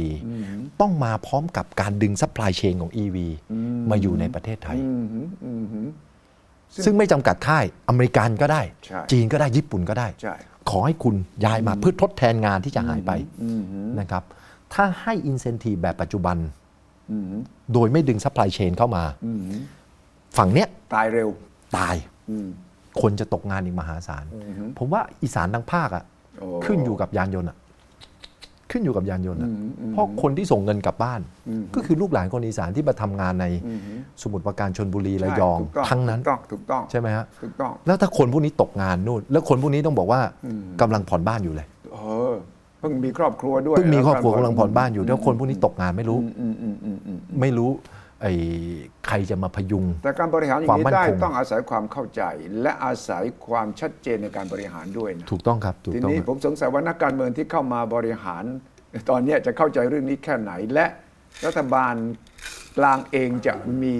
S1: ต้องมาพร้อมกับการดึง supply chain ของ EV มาอยู่ในประเทศไทย
S2: อืมอืม
S1: ซึ่งไม่จำกัดค่ายอเมริกันก็ได้
S2: ใช่
S1: จีนก็ได้ญี่ปุ่นก็ได้
S2: ใช่
S1: ขอให้คุณย้ายมาเพื่อทดแทนงานที่จะหายไปนะครับ ถ้าให้อินเซนティブแบบปัจจุบัน
S2: อืม
S1: โดยไม่ดึงซัพพลายเชนเข้ามา ฝั่งเนี้ย
S2: ตายเร็ว
S1: ตาย คนจะตกงานอีกมหาศาล ผมว่าอีสานทั้งภาคอ่ะ
S2: โอ้
S1: ขึ้นอยู่กับยานยนต์อ่ะขึ้นอยู่กับยานยนต์อ่ะ
S2: อืมอืม
S1: เพราะคนที่ส่งเงินกลับบ้าน
S2: อืม
S1: ก็คือลูกหลานคนอีสานที่มาทำงานใน
S2: อืม
S1: สมุทรปราการชนบุรีระยอง
S2: ใช่ถูกต้
S1: ทั้งนั้น
S2: ถูกต้องถูกต้อง
S1: ใช่ไหมฮะ
S2: ถูกต้อง
S1: แล้วถ้าคนพวกนี้ตกงานนู่น แล้วคนพวกนี้ต้องบอกว่า
S2: อืม
S1: กำลังผ่อนบ้านอยู่เลย
S2: เออเพิ่งมีครอบครัวด้วย
S1: เพิ่งมีครอบครัว
S2: แ
S1: กำลังผ่อนบ้านอยู่แล้วคนพวกนี้ตกงานไม่รู้
S2: อืมอืมอืมอืมอืม
S1: ไม่รู้ไอ้ใครจะมาพยุง
S2: แต่การบริหารอย่างนี้
S1: ความมั่น
S2: ได้
S1: คง
S2: ต้องอาศัยความเข้าใจ และอาศัยความชัดเจนในการบริหารด้วยนะ
S1: ถูกต้องครับ ถูก
S2: ที
S1: ต้อง
S2: นี้
S1: ครับ
S2: ผมสงสัยว่านักการเมืองที่เข้ามาบริหาร ตอนเนี้ยจะเข้าใจเรื่องนี้แค่ไหน และรัฐบาลกลางเองจะมี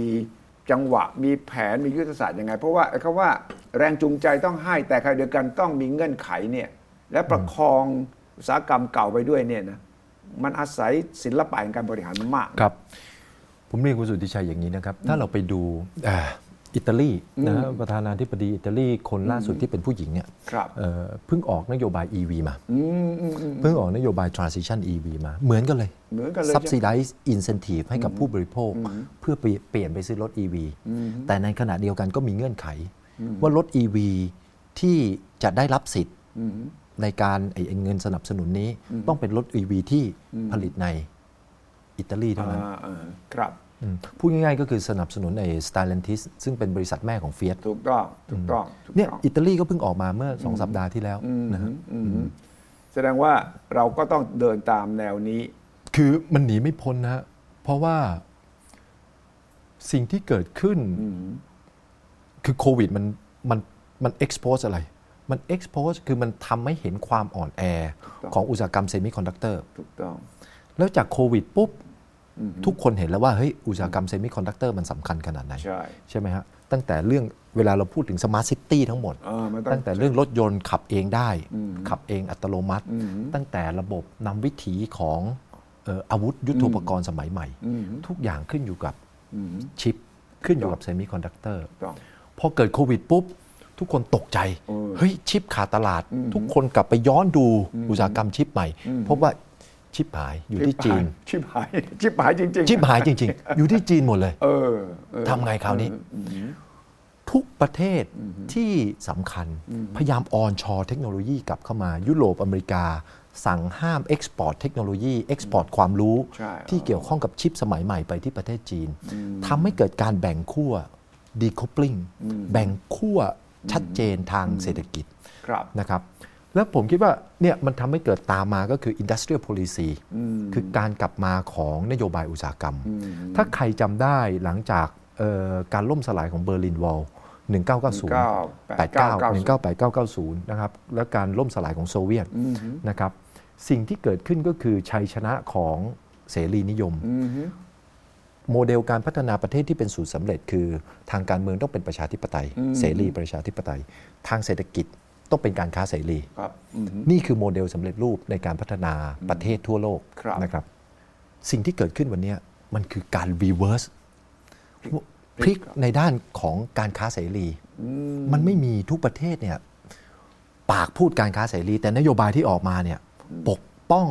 S2: จังหวะมีแผนมียุทธศาสตร์ยังไง เพราะว่าไอ้คำว่าแรงจูงใจต้องให้แต่ใครเดียวกันต้องมีเงื่อนไขเนี่ยและประคองอุตสาหกรรมเก่าไปด้วยเนี่ยนะมันอาศัยศิลปะแห่งการบริหารมากนะ
S1: ครับ ผมเรียนคุณสุทธิชัยอย่างนี้นะครับ ถ้าเราไปดูอ่าอิตาลีนะฮะประธานาธิบดีอิตาลีคนล่าสุดที่เป็นผู้หญิงเนี่ย
S2: ครับ
S1: เอ่อเพิ่งออกนโยบาย EV มา
S2: อืมอืมอืม
S1: เพิ่งออกนโยบาย Transition EV มา เหมือนกันเลย
S2: เหมือนกันเลย
S1: Subsidize Incentive ให้กับผู้บริโภค เพื่อเปลี่ยนไปซื้อรถ EV แต่ในขณะเดียวกันก็มีเงื่อนไข ว่ารถ EV ที่จะได้รับสิทธิ์ในการไอ้ไอ้เงินสนับสนุนนี้ต้องเป็นรถ EV ที่ผลิตในอิตาลีเท่านั้น
S2: อ่าอ่าครับ
S1: อืมพูดง่ายๆก็คือสนับสนุนไอ้ Stellantis ซึ่งเป็นบริษัทแม่ของ Fiat
S2: ถูกต้องถูกต้องถูก
S1: เนี่ย
S2: ต้อง
S1: อิตาลีก็เพิ่งออกมาเมื่อ 2 สัปดาห์ที่แล้วนะฮะ
S2: อืมแสดงว่าเราก็ต้องเดินตามแนวนี้
S1: คือมันหนีไม่พ้นนะฮะเพราะว่าสิ่งที่เกิดขึ้น คือโควิดมันมันมัน expose อะไร มัน expose คือมันทำให้เห็นความอ่อนแอ
S2: ถูกต้อง
S1: ของอุตสาหกรรมเซมิคอนดักเตอร์
S2: ถูกต้อง
S1: แล้วจากโควิดปุ๊บ ทุกคนเห็นแล้วว่าเฮ้ยอุตสาหกรรมเซมิคอนดักเตอร์มันสำคัญขนาดไหน
S2: ใช่
S1: ใช่ไหมฮะ ตั้งแต่เรื่องเวลาเราพูดถึงสมาร์ทซิตี้ทั้งหมด
S2: เออมัน
S1: ตั้งแต่เรื่องรถยนต์ขับเองได้ ขับเองอัตโนมัติ ตั้งแต่ระบบนำวิถีของเอ่ออาวุธยุทโธปกรณ์สมัยใหม่ ทุกอย่างขึ้นอยู่กับ
S2: อืม
S1: ชิป ขึ้นอยู่กับเซมิคอนดักเตอร์
S2: ถูกต้อง
S1: พอเกิดโควิดปุ๊บ ทุกคนตกใจ
S2: เออ
S1: เฮ้ย ชิปขาดตลาด ทุกคนกลับไปย้อนดูอุตสาหกรรมชิปใหม่พบว่าชิปหายอยู่ที่จีน
S2: ชิบหาย ชิบหายจ ริงๆ
S1: ชิปหายจริง ๆ อยู่ที่จีนหมดเลย
S2: เออเออ
S1: ทำไงคราวนี้ ทุกประเทศที่สำคัญ พยายามออนชอเทคโนโลยีกลับเข้ามา ยุโรปอเมริกา สั่งห้ามเอ็กซ์พอร์ตเทคโนโลยีเอ็กซ์พอร์ตความรู้
S2: ใช่
S1: ที่เกี่ยวข้องกับชิปสมัยใหม่ไปที่ประเทศจีนทำให้เกิดการแบ่งขั้วดีค o ป l ิ n งแบ่งขั้วชัดเจนทางเศรษฐกิจ
S2: ครับ
S1: นะครับแล้วผมคิดว่าเนี่ยมันทำให้เกิดตามมาก็คือ industrial policy คือการกลับมาของนโยบายอุตสาหกรรม ถ้าใครจำได้หลังจากเอ่อการล่มสลายของเบอร์ลินวอล1990 89
S2: 1989
S1: 1989 990นะครับ และการล่มสลายของโซเวียตนะครับ สิ่งที่เกิดขึ้นก็คือชัยชนะของเสรีนิยม
S2: อือฮึ
S1: โมเดลการพัฒนาประเทศที่เป็นสูตรสำเร็จ คือทางการเมืองต้องเป็นประชาธิปไตย เสรีประชาธิปไตย ทางเศรษฐกิจต้องเป็นการค้าเสรี
S2: ครับอือฮึ
S1: นี่คือโมเดลสำเร็จรูปในการพัฒนาประเทศทั่วโลก
S2: ครับ
S1: นะครับ สิ่งที่เกิดขึ้นวันเนี้ยมันคือการ reverse พลิกในด้านของการค้าเสรี มันไม่มีทุกประเทศเนี่ยปากพูดการค้าเสรี แต่นโยบายที่ออกมาเนี่ยปกป้อง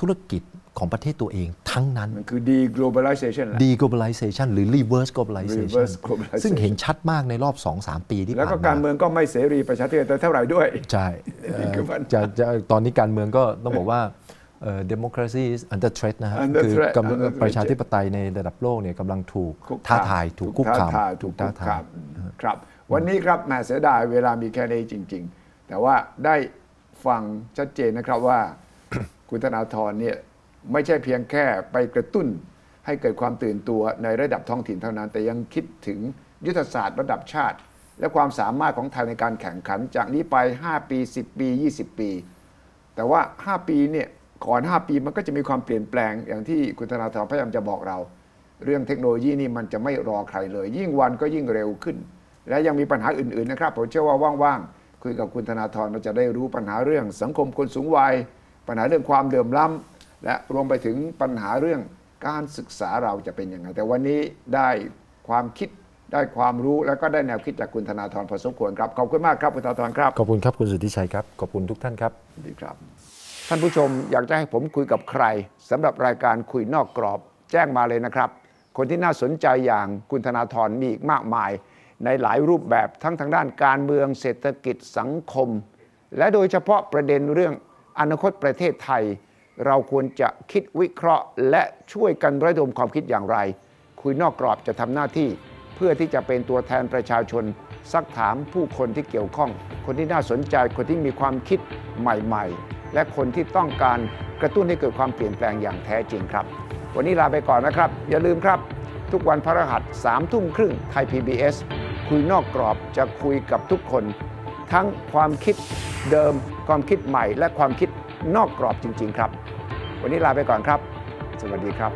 S1: ธุรกิจของประเทศตัวเองทั้งนั้น
S2: มันคือ deglobalization แหละ
S1: deglobalization หรือ reverse globalization
S2: Reverse globalization
S1: ซึ่งเห็นชัดมากในรอบ 2-3 ปีที่ผ่านมา
S2: แล้วก็การเมืองก็ไม่เสรีประชาธิปไตยเท่าไหร่ด้วย
S1: ใช่
S2: นี่คือปัญหา
S1: จะจะตอนนี้การเมืองก็ต้องบอกว่าเอ่อ democracy is under threat นะฮะ
S2: Under
S1: คื
S2: threat
S1: กำลัง
S2: under threat
S1: ประชาธิปไตยในระดับโลกเนี่ยกำลังถูก
S2: คุก
S1: ท้าทายถูกคุกคาม
S2: ท้าทายถูกคุกคามครับ วันนี้ครับแหมเสียดายเวลามีแค่นี้จริง ๆ แต่ว่าได้ฟังชัดเจนนะครับว่า คุณธนาธรเนี่ยไม่ใช่เพียงแค่ไปกระตุ้น ให้เกิดความตื่นตัวในระดับท้องถิ่นเท่านั้น แต่ยังคิดถึงยุทธศาสตร์ระดับชาติ และความสามารถของไทยในการแข่งขัน จากนี้ไป 5 ปี 10 ปี 20 ปี แต่ว่า 5 ปีเนี่ยก่อน 5 ปีมันก็จะมีความเปลี่ยนแปลงอย่างที่คุณธนาธรพยายามจะบอกเรา เรื่องเทคโนโลยีนี่มันจะไม่รอใครเลย ยิ่งวันก็ยิ่งเร็วขึ้น และยังมีปัญหาอื่นๆนะครับผมเชื่อว่าว่างๆคุยกับคุณธนาธรเราจะได้รู้ปัญหาเรื่องสังคมคนสูงวัย ปัญหาเรื่องความเดือมล้ำและรวมไปถึงปัญหาเรื่องการศึกษาเราจะเป็นยังไงแต่วันนี้ได้ความคิดได้ความรู้แล้วก็ได้แนวคิดจากคุณธนาธรพอสมควรครับขอบคุณมากครับคุณธนาธรครับ
S1: ขอบคุณครับ คุณสุทธิชัยครับ ขอบคุณทุกท่านครับ
S2: สวัสดีครับท่านผู้ชมอยากจะให้ผมคุยกับใครสำหรับรายการคุยนอกกรอบ แจ้งมาเลยนะครับ คนที่น่าสนใจอย่างคุณธนาธรมีอีกมากมาย ในหลายรูปแบบทั้งทางด้านการเมืองเศรษฐกิจสังคม และโดยเฉพาะประเด็นเรื่องอนาคตประเทศไทย เราควรจะคิดวิเคราะห์ และช่วยกันระดมความคิดอย่างไร คุยนอกกรอบจะทำหน้าที่ เพื่อที่จะเป็นตัวแทนประชาชน ซักถามผู้คนที่เกี่ยวข้อง คนที่น่าสนใจคนที่มีความคิดใหม่ ๆ และคนที่ต้องการกระตุ้นให้เกิดความเปลี่ยนแปลงอย่างแท้จริงครับ วันนี้ลาไปก่อนนะครับ อย่าลืมครับ ทุกวันพระหัส3ามทุ่มครึ่งไทย PBS คุยนอกกรอบจะคุยกับทุกคน ทั้งความคิดเดิม ความคิดใหม่ และความคิดนอกกรอบจริง ๆ ครับ วันนี้ลาไปก่อนครับ สวัสดีครับ